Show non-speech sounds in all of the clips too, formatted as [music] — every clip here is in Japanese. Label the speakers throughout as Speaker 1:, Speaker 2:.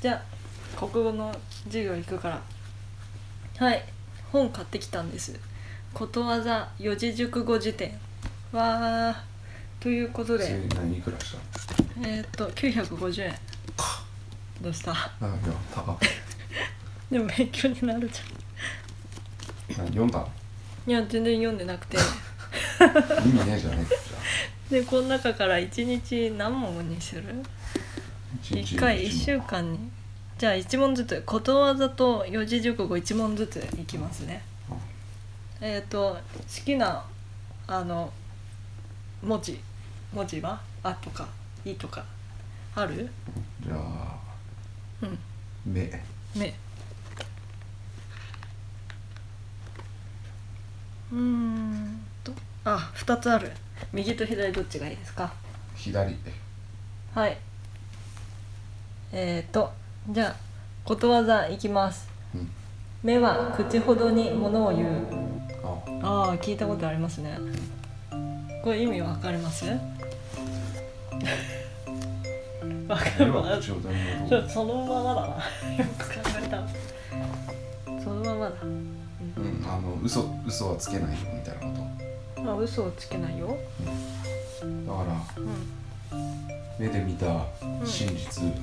Speaker 1: じゃあ国語の授業行くからはい本買ってきたんですことわざ四字熟語辞典わあということで
Speaker 2: 10何いくらした
Speaker 1: えーっと950円どうした
Speaker 2: あやったあ
Speaker 1: でも勉強になるじ [laughs]
Speaker 2: 読んだ
Speaker 1: ゃんいや全然読んでなくて
Speaker 2: 意味ねえじゃねえか
Speaker 1: でこの中から1日何問にする
Speaker 2: じゃあ
Speaker 1: 1回1週間にじゃあ1問ずつことわざと四字熟語1問ずついきますね
Speaker 2: うん
Speaker 1: えっ、と好きなあの文字文字は「あ」とか「い」とかある
Speaker 2: じゃあ
Speaker 1: うん
Speaker 2: 目
Speaker 1: 目うーんとあ二2つある右と左どっちがいいですか
Speaker 2: 左
Speaker 1: はいえっ、ー、とじゃあことわざいきます
Speaker 2: うん
Speaker 1: 目は口ほどにものを言う
Speaker 2: あ
Speaker 1: ああ聞いたことありますねこれ意味わかります
Speaker 2: [laughs]
Speaker 1: わか
Speaker 2: 目
Speaker 1: る
Speaker 2: は
Speaker 1: わ
Speaker 2: 口を全部
Speaker 1: ちょそのままだなよく考えたそのままだ
Speaker 2: うんあの嘘嘘はつけないよみたいなこ
Speaker 1: まあ嘘をつけないよ
Speaker 2: とだから
Speaker 1: うん
Speaker 2: 目で見た真実を
Speaker 1: うん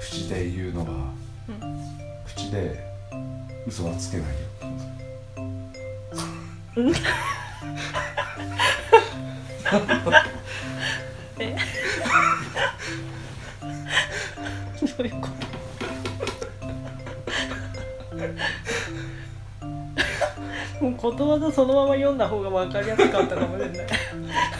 Speaker 2: 口で言うのは
Speaker 1: うん
Speaker 2: 口で嘘はつけないよ
Speaker 1: どういうこと
Speaker 2: [laughs]
Speaker 1: もうことわざそのまま読んだ方が分かりやすかったかもしれ
Speaker 2: [laughs]
Speaker 1: ない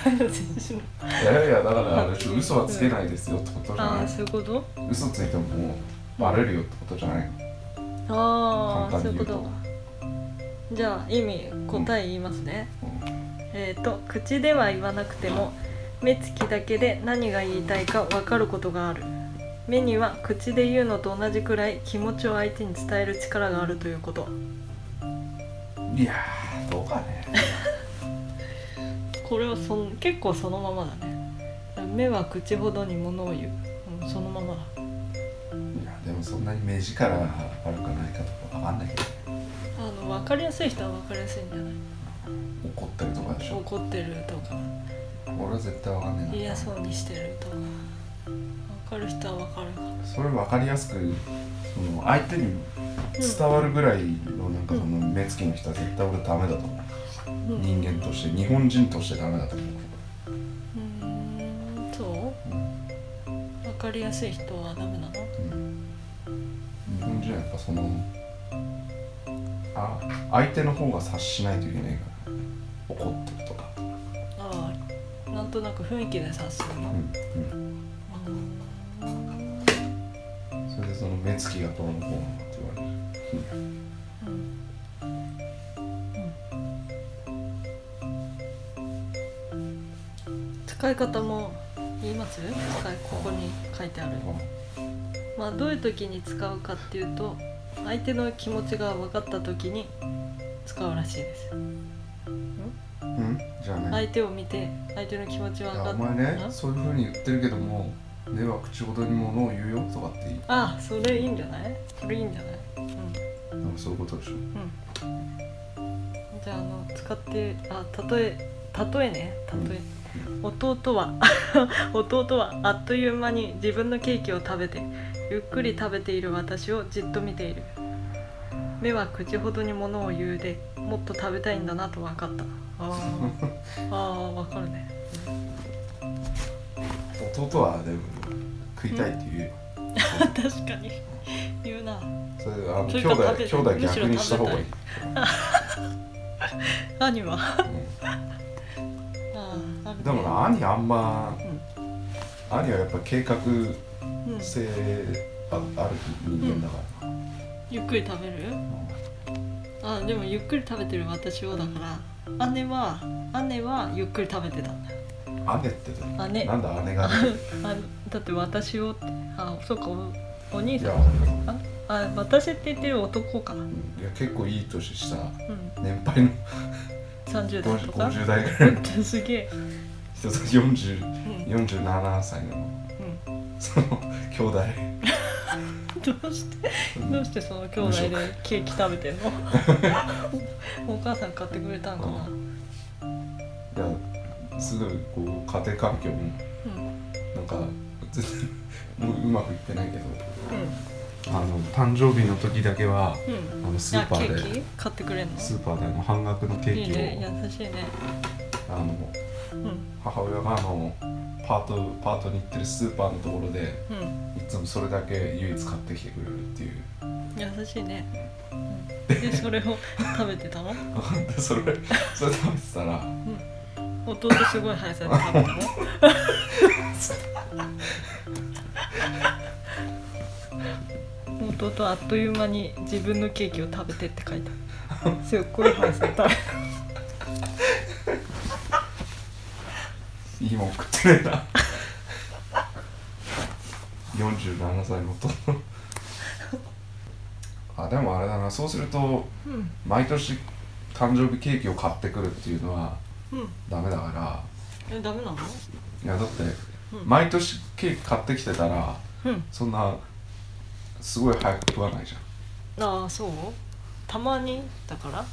Speaker 1: [laughs]
Speaker 2: いやいやだからあれちょ嘘はつけないですよってことじゃ
Speaker 1: あ
Speaker 2: な
Speaker 1: あそういうこと
Speaker 2: い嘘ついてももうバレるよってことじゃない
Speaker 1: ああ
Speaker 2: 簡
Speaker 1: そういうこ
Speaker 2: 単に言うと
Speaker 1: とじゃあ意味答え言いますね、
Speaker 2: うん
Speaker 1: えっ、と口では言わなくても目つきだけで何が言いたいか分かることがある目には口で言うのと同じくらい気持ちを相手に伝える力があるということ
Speaker 2: いやーどうかね
Speaker 1: これはそん結構そのままだね目は口ほどに物を言う、うん、そのままだ
Speaker 2: いやでもそんなに目力があるかないかとかわかんないけど
Speaker 1: あの分かりやすい人は分かりやすいんじゃない
Speaker 2: 怒ったりとかでしょ
Speaker 1: 怒ってるとか
Speaker 2: 俺は絶対わかんねえな
Speaker 1: 嫌そうにしてるとか分かる人は分かるか
Speaker 2: それわかりやすくその相手に伝わるぐらいのなんかその目つきの人は絶対俺ダメだと思
Speaker 1: う
Speaker 2: う、
Speaker 1: ん
Speaker 2: 人間として日本人としてダメだと思う
Speaker 1: うーんそ
Speaker 2: うん
Speaker 1: う分かりやすい人はダメなの
Speaker 2: 日本人はやっぱそのあ相手の方が察しないといけないから怒ってるとか
Speaker 1: ああなんとなく雰囲気で察する
Speaker 2: う
Speaker 1: の、
Speaker 2: んうんそれでその目つきがどうのこうのって言われる
Speaker 1: うん使い方も言います使いここに書いてある、まあ、どういう時に使うかっていうと相手の気持ちが分かった時に使うらしいです
Speaker 2: うんじゃあね、
Speaker 1: 相手を見て相手の気持ち
Speaker 2: い
Speaker 1: は分
Speaker 2: や
Speaker 1: か
Speaker 2: お
Speaker 1: った
Speaker 2: 前ねそういうふうに言ってるけども目は口ほどにものを言うよとかっていい
Speaker 1: ああそれいいんじゃないそれいいんじゃないうん
Speaker 2: なんかそういうことでしょ
Speaker 1: じゃああの使ってあ例え例えね例え弟は [laughs] 弟はあっという間に自分のケーキを食べてゆっくり食べている私をじっと見ている目は口ほどにものを言うでもっと食べたいんだなと分かったあー [laughs] あー分かるね
Speaker 2: 弟はでも食いたいって言うよ
Speaker 1: [laughs] 確かに言うな
Speaker 2: それあの
Speaker 1: それ
Speaker 2: 兄
Speaker 1: か
Speaker 2: 弟
Speaker 1: 食べ
Speaker 2: 兄弟逆にした方がいい
Speaker 1: むし兄は
Speaker 2: うん
Speaker 1: あーあるね
Speaker 2: でもな兄あんま
Speaker 1: うん
Speaker 2: 兄はやっぱ計画
Speaker 1: うん
Speaker 2: 性あある人間だからな
Speaker 1: ゆっくり食べるあでもゆっくり食べてる私をだから姉は姉はゆっくり食べてたんだよ
Speaker 2: 姉ってどういう
Speaker 1: 姉
Speaker 2: なんだ姉がね
Speaker 1: [laughs] あだって私をってあそっかおお兄
Speaker 2: い
Speaker 1: さ
Speaker 2: や
Speaker 1: んああ私って言ってる男か、う、
Speaker 2: うんんいや結構いい年した年配の
Speaker 1: 30代とか
Speaker 2: 50代ぐらいの
Speaker 1: すげえ、
Speaker 2: 人と40
Speaker 1: うん
Speaker 2: 47歳の
Speaker 1: うん、
Speaker 2: その兄弟
Speaker 1: どうしてどうしてその兄弟でケーキ食べてん
Speaker 2: [laughs]
Speaker 1: のお母さん買ってくれたんかな、
Speaker 2: いやすごいこう家庭環境も
Speaker 1: うん
Speaker 2: なんか全然ううまくいってないけど
Speaker 1: う
Speaker 2: あの誕生日の時だけは
Speaker 1: んうん
Speaker 2: あのスーパー
Speaker 1: あケー
Speaker 2: で
Speaker 1: キ買ってくれんの
Speaker 2: スーパーであの半額のケ
Speaker 1: いい
Speaker 2: ーキを
Speaker 1: ね優しいね
Speaker 2: あの
Speaker 1: うん
Speaker 2: 母親があのパートパートに行ってるスーパーのところで
Speaker 1: うん
Speaker 2: いつもそれだけ唯一買ってきてくれるっていう [laughs]
Speaker 1: 優しいね、うんでそれを食べてたの、
Speaker 2: でそれそれ食べてたら
Speaker 1: うん、弟すごい速さで食べたの弟あっという間に自分のケーキを食べてって書いてあるすっごい速さで食べた
Speaker 2: いいもん食ってねえな47歳のとあでもあれだなそうすると
Speaker 1: うん
Speaker 2: 毎年誕生日ケーキを買ってくるっていうのは
Speaker 1: うん
Speaker 2: ダメだから
Speaker 1: えダメなの
Speaker 2: いやだって
Speaker 1: うん
Speaker 2: 毎年ケーキ買ってきてたら
Speaker 1: うん
Speaker 2: そんなすごい早く食わないじゃ
Speaker 1: ああそうたまにだから
Speaker 2: ん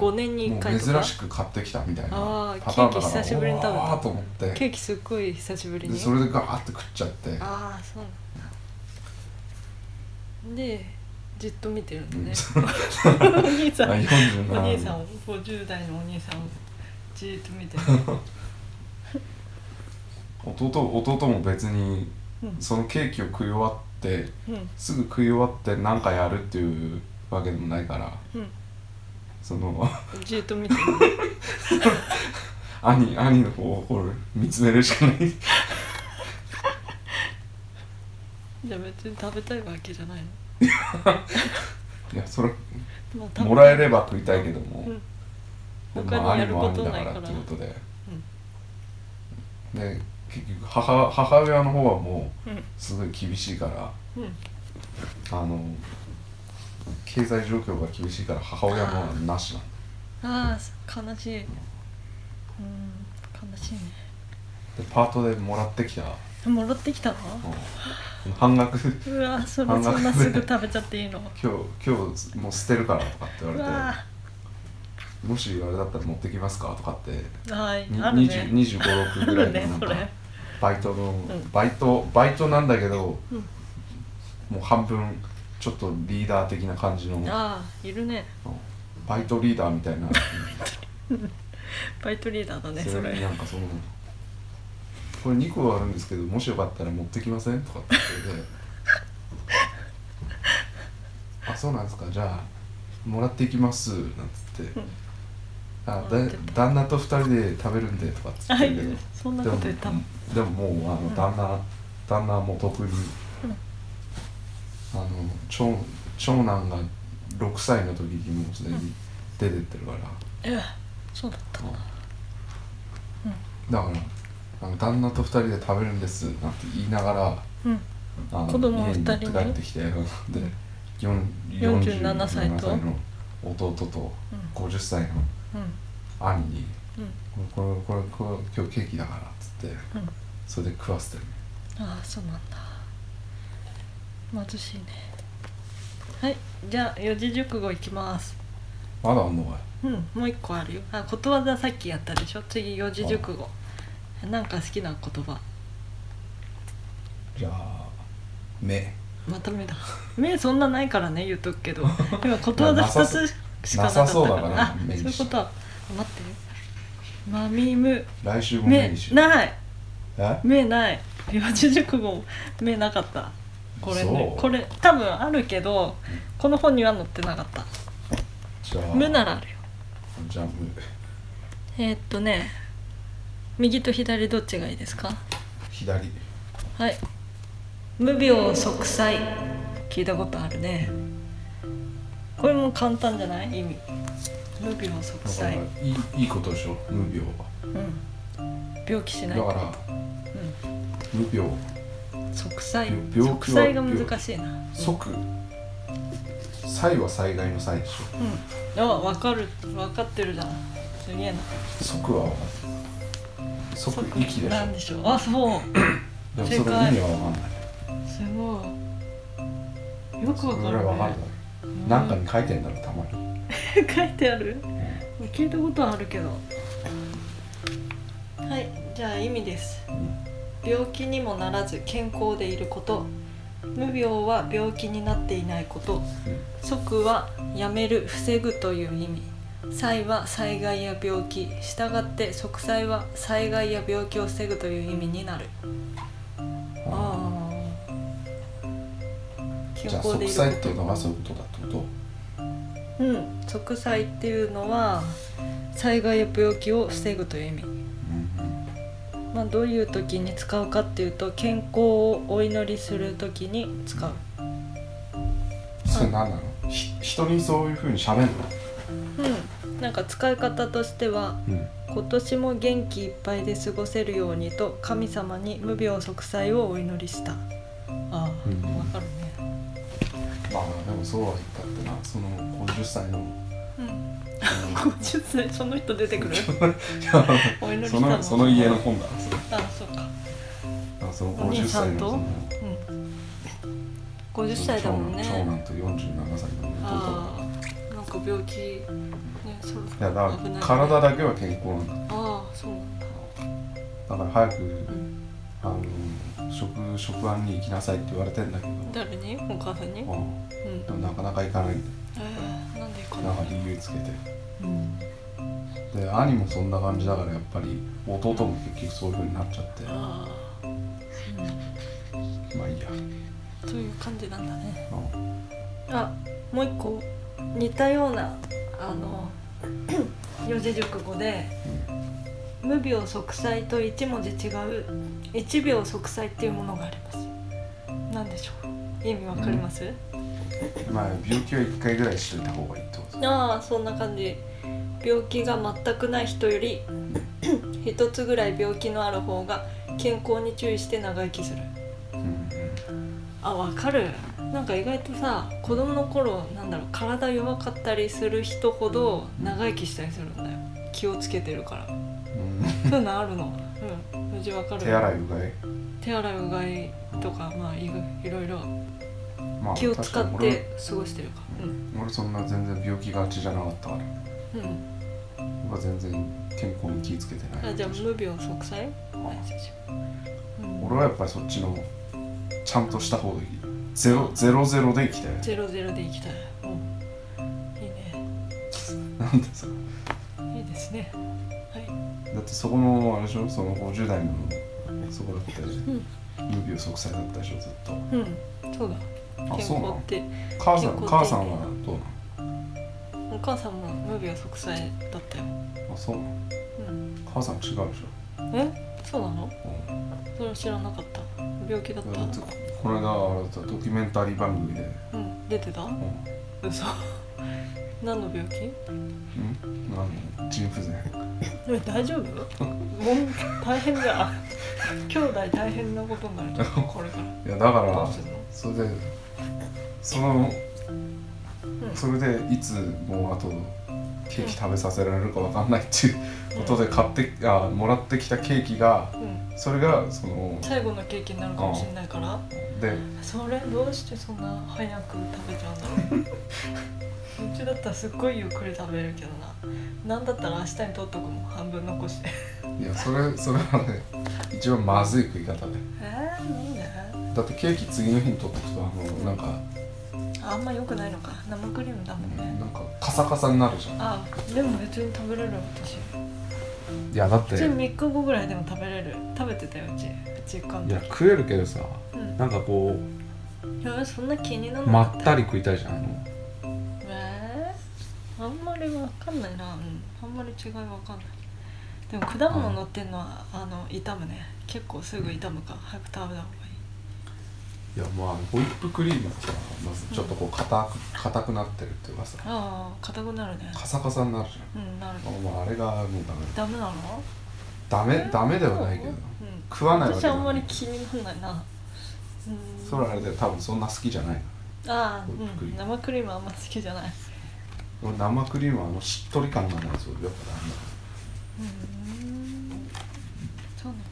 Speaker 1: 5年に1回と
Speaker 2: もう
Speaker 1: か
Speaker 2: 珍しく買ってきたみたいな
Speaker 1: あー
Speaker 2: パターンだか
Speaker 1: ケー
Speaker 2: ら
Speaker 1: キ久しぶりに食べた
Speaker 2: わーと思って
Speaker 1: ケーキすっごい久しぶり
Speaker 2: で
Speaker 1: に
Speaker 2: それでガーって食っちゃって
Speaker 1: ああそうなんだでじっと見てるんだねお兄さん
Speaker 2: あ
Speaker 1: お
Speaker 2: 47
Speaker 1: 兄さんを50代のお兄さんをじーっと見てる、
Speaker 2: 弟弟も別に
Speaker 1: うん
Speaker 2: そのケーキを食い終わって
Speaker 1: うん
Speaker 2: すぐ食い終わって何かやるっていうわけでもないから
Speaker 1: う
Speaker 2: その
Speaker 1: ん、
Speaker 2: [laughs]
Speaker 1: じーっと見てる
Speaker 2: 兄兄の方をこれ見つめるしかないい
Speaker 1: じゃあ別に食べたいわけじゃないの、
Speaker 2: やそれ
Speaker 1: まあ食べ、
Speaker 2: もらえれば食いたいけども、
Speaker 1: うん、
Speaker 2: で
Speaker 1: 他
Speaker 2: も
Speaker 1: に
Speaker 2: まあ
Speaker 1: やること
Speaker 2: 兄も兄
Speaker 1: ない
Speaker 2: だ
Speaker 1: か
Speaker 2: かららっていうことでで結局母母親の方はも
Speaker 1: うん
Speaker 2: うすごい厳しいから
Speaker 1: うんうん
Speaker 2: あの経済状況が厳しいから母親もなしなんだ
Speaker 1: ああ悲しいうん悲しいね
Speaker 2: でパートでもらってきた、
Speaker 1: もらってきたの
Speaker 2: うん半額
Speaker 1: うわーそれ
Speaker 2: 半額
Speaker 1: そんなすぐ食べちゃっていいの
Speaker 2: 今日今日もう捨てるからとかって言
Speaker 1: う
Speaker 2: わ
Speaker 1: わ
Speaker 2: れてもしあれだったら持ってきますかとかって
Speaker 1: ーはい
Speaker 2: に
Speaker 1: ある
Speaker 2: 20
Speaker 1: ね
Speaker 2: 25 6
Speaker 1: あ
Speaker 2: ぐら
Speaker 1: る
Speaker 2: い
Speaker 1: ね
Speaker 2: のなん
Speaker 1: そ
Speaker 2: か
Speaker 1: れ
Speaker 2: バイトの、
Speaker 1: ん
Speaker 2: バイトバイトなんだけど
Speaker 1: うん
Speaker 2: もう半分ちょっとリーダー的な感じの
Speaker 1: ああいるね
Speaker 2: うんバイトリーダーみたいな
Speaker 1: バイトリーダーだねそ
Speaker 2: それに
Speaker 1: れ
Speaker 2: なんかそのこれ2個あるんですけどもしよかったら持ってきませんとかって言って「あそうなんですかじゃあもらっていきます」なんつって
Speaker 1: うん
Speaker 2: 「あ
Speaker 1: もらってった
Speaker 2: だ旦那と2人で食べるんで」とかっつっ
Speaker 1: は
Speaker 2: て
Speaker 1: い
Speaker 2: るけど
Speaker 1: そんなこと言っ
Speaker 2: で
Speaker 1: た
Speaker 2: もでももうあ
Speaker 1: うん
Speaker 2: の旦那、旦那はもう特に、あの長長男が6歳の時にもうすでに出てってるから。
Speaker 1: ええそうだった
Speaker 2: だからあの旦那と二人で食べるんですなんて言いながら
Speaker 1: うん
Speaker 2: あの
Speaker 1: 子供二人に
Speaker 2: 家に持って帰って [laughs] きてでよん
Speaker 1: 47歳と
Speaker 2: 47の弟と50歳の
Speaker 1: うん
Speaker 2: 兄に
Speaker 1: うん
Speaker 2: 「これこれこれ今日ケーキだから」っつって
Speaker 1: うん
Speaker 2: それで食わせてる
Speaker 1: ああそうなんだ貧しいねはいじゃあ四字熟語いきます
Speaker 2: まだあんのかい
Speaker 1: うんもう一個あるよあことわざさっきやったでしょ次四字熟語なんか好きな言葉
Speaker 2: じゃあ目
Speaker 1: まとめだ目そんなないからね言っとくけ
Speaker 2: [laughs]
Speaker 1: ど今ことわざ
Speaker 2: なさ
Speaker 1: 2
Speaker 2: そ
Speaker 1: つしかなか
Speaker 2: な
Speaker 1: った
Speaker 2: さそう
Speaker 1: か
Speaker 2: だ
Speaker 1: ら
Speaker 2: から
Speaker 1: あそう
Speaker 2: 目
Speaker 1: いう
Speaker 2: にし
Speaker 1: こ
Speaker 2: た
Speaker 1: とは待ってよまみむ
Speaker 2: 来週も目
Speaker 1: 目
Speaker 2: にしよう
Speaker 1: ない
Speaker 2: え
Speaker 1: 目ない四字熟語目なかったこれね
Speaker 2: そう
Speaker 1: これ多分あるけどこの本には載ってなかった
Speaker 2: じゃあ
Speaker 1: 無ならあるよ
Speaker 2: じゃあ無
Speaker 1: えーっとね右と左どっちがいいですか
Speaker 2: 左
Speaker 1: はい無病息災聞いたことあるねこれも簡単じゃない意味無病息
Speaker 2: だから
Speaker 1: 災
Speaker 2: いいいいことでしょ無病は
Speaker 1: うん病気しない
Speaker 2: だから無病
Speaker 1: うん、息災
Speaker 2: 病病気は
Speaker 1: 息災が難しいなうん
Speaker 2: 即災は災害の災でし
Speaker 1: あ分かる分かってるじゃんすげえな
Speaker 2: ょ即は即息でし
Speaker 1: なんでしょうあそう
Speaker 2: でもそ
Speaker 1: 正
Speaker 2: れ
Speaker 1: 解
Speaker 2: 意味は分かんない
Speaker 1: すごいよくわか
Speaker 2: それ
Speaker 1: る
Speaker 2: は分か
Speaker 1: ね
Speaker 2: るだろなんかに書いてんだろたまに
Speaker 1: 書いてある聞いたことあるけどはいじゃあ意味です病気にもならず健康でいること無病は病気になっていないこと即はやめる防ぐという意味災は災害や病気したがって即災は災害や病気を防ぐという意味になる
Speaker 2: あ
Speaker 1: ああ
Speaker 2: ー
Speaker 1: 健
Speaker 2: じゃあ
Speaker 1: 康で
Speaker 2: 息
Speaker 1: いる
Speaker 2: 災っ
Speaker 1: こ
Speaker 2: ていうのがそういうことだってこと
Speaker 1: とうん即災っていうのは災害や病気を防ぐという意味
Speaker 2: うん
Speaker 1: まあ、どういう時に使うかっていうと健康をお祈りする時に使う、
Speaker 2: それ何なのひ人にそういうふうに喋るの
Speaker 1: うん、なんか使い方としては
Speaker 2: うん
Speaker 1: 今年も元気いっぱいで過ごせるようにと神様に無病息災をお祈りしたああ、
Speaker 2: うん
Speaker 1: わかるね
Speaker 2: まあでもそうは言ったってなその50
Speaker 1: [laughs]
Speaker 2: 歳の
Speaker 1: うん
Speaker 2: あの
Speaker 1: 50歳その人出てく
Speaker 2: [laughs]
Speaker 1: るお祈りした
Speaker 2: そ
Speaker 1: の
Speaker 2: のその家の本だそれ
Speaker 1: あそうか、
Speaker 2: だからその
Speaker 1: お兄
Speaker 2: 50
Speaker 1: さ
Speaker 2: 歳
Speaker 1: ん
Speaker 2: の
Speaker 1: と
Speaker 2: そ
Speaker 1: う
Speaker 2: の
Speaker 1: ん、50歳だもんね
Speaker 2: 長男長男と47歳の弟だ
Speaker 1: あ
Speaker 2: か
Speaker 1: あなんか病気ねそう
Speaker 2: らいやだ
Speaker 1: 危ない
Speaker 2: から体だけは健康なんだ
Speaker 1: ああそうなんだ
Speaker 2: だから早く、
Speaker 1: ん
Speaker 2: あの職職安に行きなさいって言われてんだけど
Speaker 1: 誰にお母さんに
Speaker 2: あ
Speaker 1: う
Speaker 2: あ
Speaker 1: ん
Speaker 2: でもなかなか行かないん
Speaker 1: えーなんでか
Speaker 2: だ
Speaker 1: な
Speaker 2: なんか理由つけて
Speaker 1: うん
Speaker 2: で兄もそんな感じだからやっぱり弟も結局そういうふうになっちゃって
Speaker 1: ああ
Speaker 2: まあいいや
Speaker 1: うんそういう感じなんだね
Speaker 2: ああ
Speaker 1: あもう一個似たようなあ
Speaker 2: [coughs]
Speaker 1: の四字熟語で「無病息災」と一文字違う「一秒息災」っていうものがありますなんでしょう意味わかります、
Speaker 2: まあ病気は1回ぐらいしといた方がいいってこと
Speaker 1: ああそんな感じ病気が全くない人より一つぐらい病気のある方が健康に注意して長生きする
Speaker 2: うんうん
Speaker 1: あわかるなんか意外とさ子供の頃なんだろう体弱かったりする人ほど長生きしたりするんだよ気をつけてるから
Speaker 2: うん
Speaker 1: そういうのあるのうんうちわかる
Speaker 2: 手洗いうがい
Speaker 1: 手洗いうがいとかまあいいろいろ
Speaker 2: まあ
Speaker 1: 気を使
Speaker 2: 確
Speaker 1: っ
Speaker 2: かに
Speaker 1: て過ごしてるか
Speaker 2: 俺俺そんな全然病気がちじゃなかったから
Speaker 1: うん、うん、
Speaker 2: 僕は全然健康に気をつけてない
Speaker 1: あじゃあ無病息災
Speaker 2: あ
Speaker 1: うん
Speaker 2: 俺はやっぱりそっちのちゃんとした方がいいゼロゼロゼロで生きたい
Speaker 1: ゼロゼロで行きたい。うんいいね。
Speaker 2: なんでさ
Speaker 1: いいですね。はい。
Speaker 2: だってそこのあれでしょその50代のそこだったでしょ
Speaker 1: うん。
Speaker 2: 無病息災だったでしょずっと
Speaker 1: うん。そうだ。
Speaker 2: あ
Speaker 1: 健
Speaker 2: そうな
Speaker 1: 康
Speaker 2: の
Speaker 1: って、
Speaker 2: 母さ
Speaker 1: 健
Speaker 2: ん
Speaker 1: 康的
Speaker 2: 母さんはどう
Speaker 1: お母さんも無病息災だったよ。
Speaker 2: なのあそうなの
Speaker 1: うん。
Speaker 2: 母さん違うでしょ、
Speaker 1: え、そうなの？
Speaker 2: うん
Speaker 1: それは知らなかった。病気だっ
Speaker 2: だって
Speaker 1: た。
Speaker 2: この間あれだドキュメンタリー番組で、
Speaker 1: うん。出てた？
Speaker 2: う
Speaker 1: 嘘。 [laughs] 何の病気？
Speaker 2: ん、うんあの腎不全
Speaker 1: え大丈夫？もん大変だ。兄弟大変なことになるじゃん。これから。
Speaker 2: いやだか
Speaker 1: ど
Speaker 2: ら
Speaker 1: うするの？
Speaker 2: それでその
Speaker 1: ん
Speaker 2: それでいつもうあとケーキ食べさせられるかわかんないっていうことで買ってあもらってきたケーキが
Speaker 1: うん。
Speaker 2: それがその
Speaker 1: 最後の経験になるかもしれないから。
Speaker 2: で
Speaker 1: それどうしてそんな早く食べちゃうんだろううちだったらすっごいゆっくり食べるけどななんだったら明日に取っとくもん半分残して
Speaker 2: いやそれそれはね一番まずい食い方で
Speaker 1: えー、なんで
Speaker 2: だってケーキ次の日に取っとくとあのなんか
Speaker 1: あんま良くないのか生クリームだもんね
Speaker 2: なんかカサカサになるじゃん
Speaker 1: あでも別に食べれる私
Speaker 2: いやだっ
Speaker 1: うち3日後ぐらいでも食べれる食べてたようちうち行くんだ
Speaker 2: 食えるけどさ
Speaker 1: うん
Speaker 2: なんかこ
Speaker 1: いやそんな気にな
Speaker 2: う
Speaker 1: らなかった
Speaker 2: り食いたいじゃん
Speaker 1: えー、あんまりわかんないな、うん、あんまり違いわかんないでも果物乗ってんのはあの傷むね結構すぐ傷むから早く食べた方がい
Speaker 2: いやまあホイップクリームがさまずちょっとこう硬く硬くなってるっていうかさ
Speaker 1: いああ硬くなるね
Speaker 2: カサカサになるじ
Speaker 1: うんなる
Speaker 2: ゃんあ,、まあ、あれがもう
Speaker 1: ダメなの
Speaker 2: ダメダメダメではないけど
Speaker 1: うん
Speaker 2: 食わないわけ
Speaker 1: 私
Speaker 2: で
Speaker 1: はあ
Speaker 2: は
Speaker 1: ん
Speaker 2: な
Speaker 1: まり
Speaker 2: い
Speaker 1: 気にならないなうん
Speaker 2: それはあれで多分そんな好きじゃない
Speaker 1: ああ、
Speaker 2: ホイップク
Speaker 1: うん、
Speaker 2: リーム
Speaker 1: 生クリームあんま好きじゃない
Speaker 2: 俺生クリームはあのしっとり感がないそうやっぱダメだ
Speaker 1: うんそうなんだ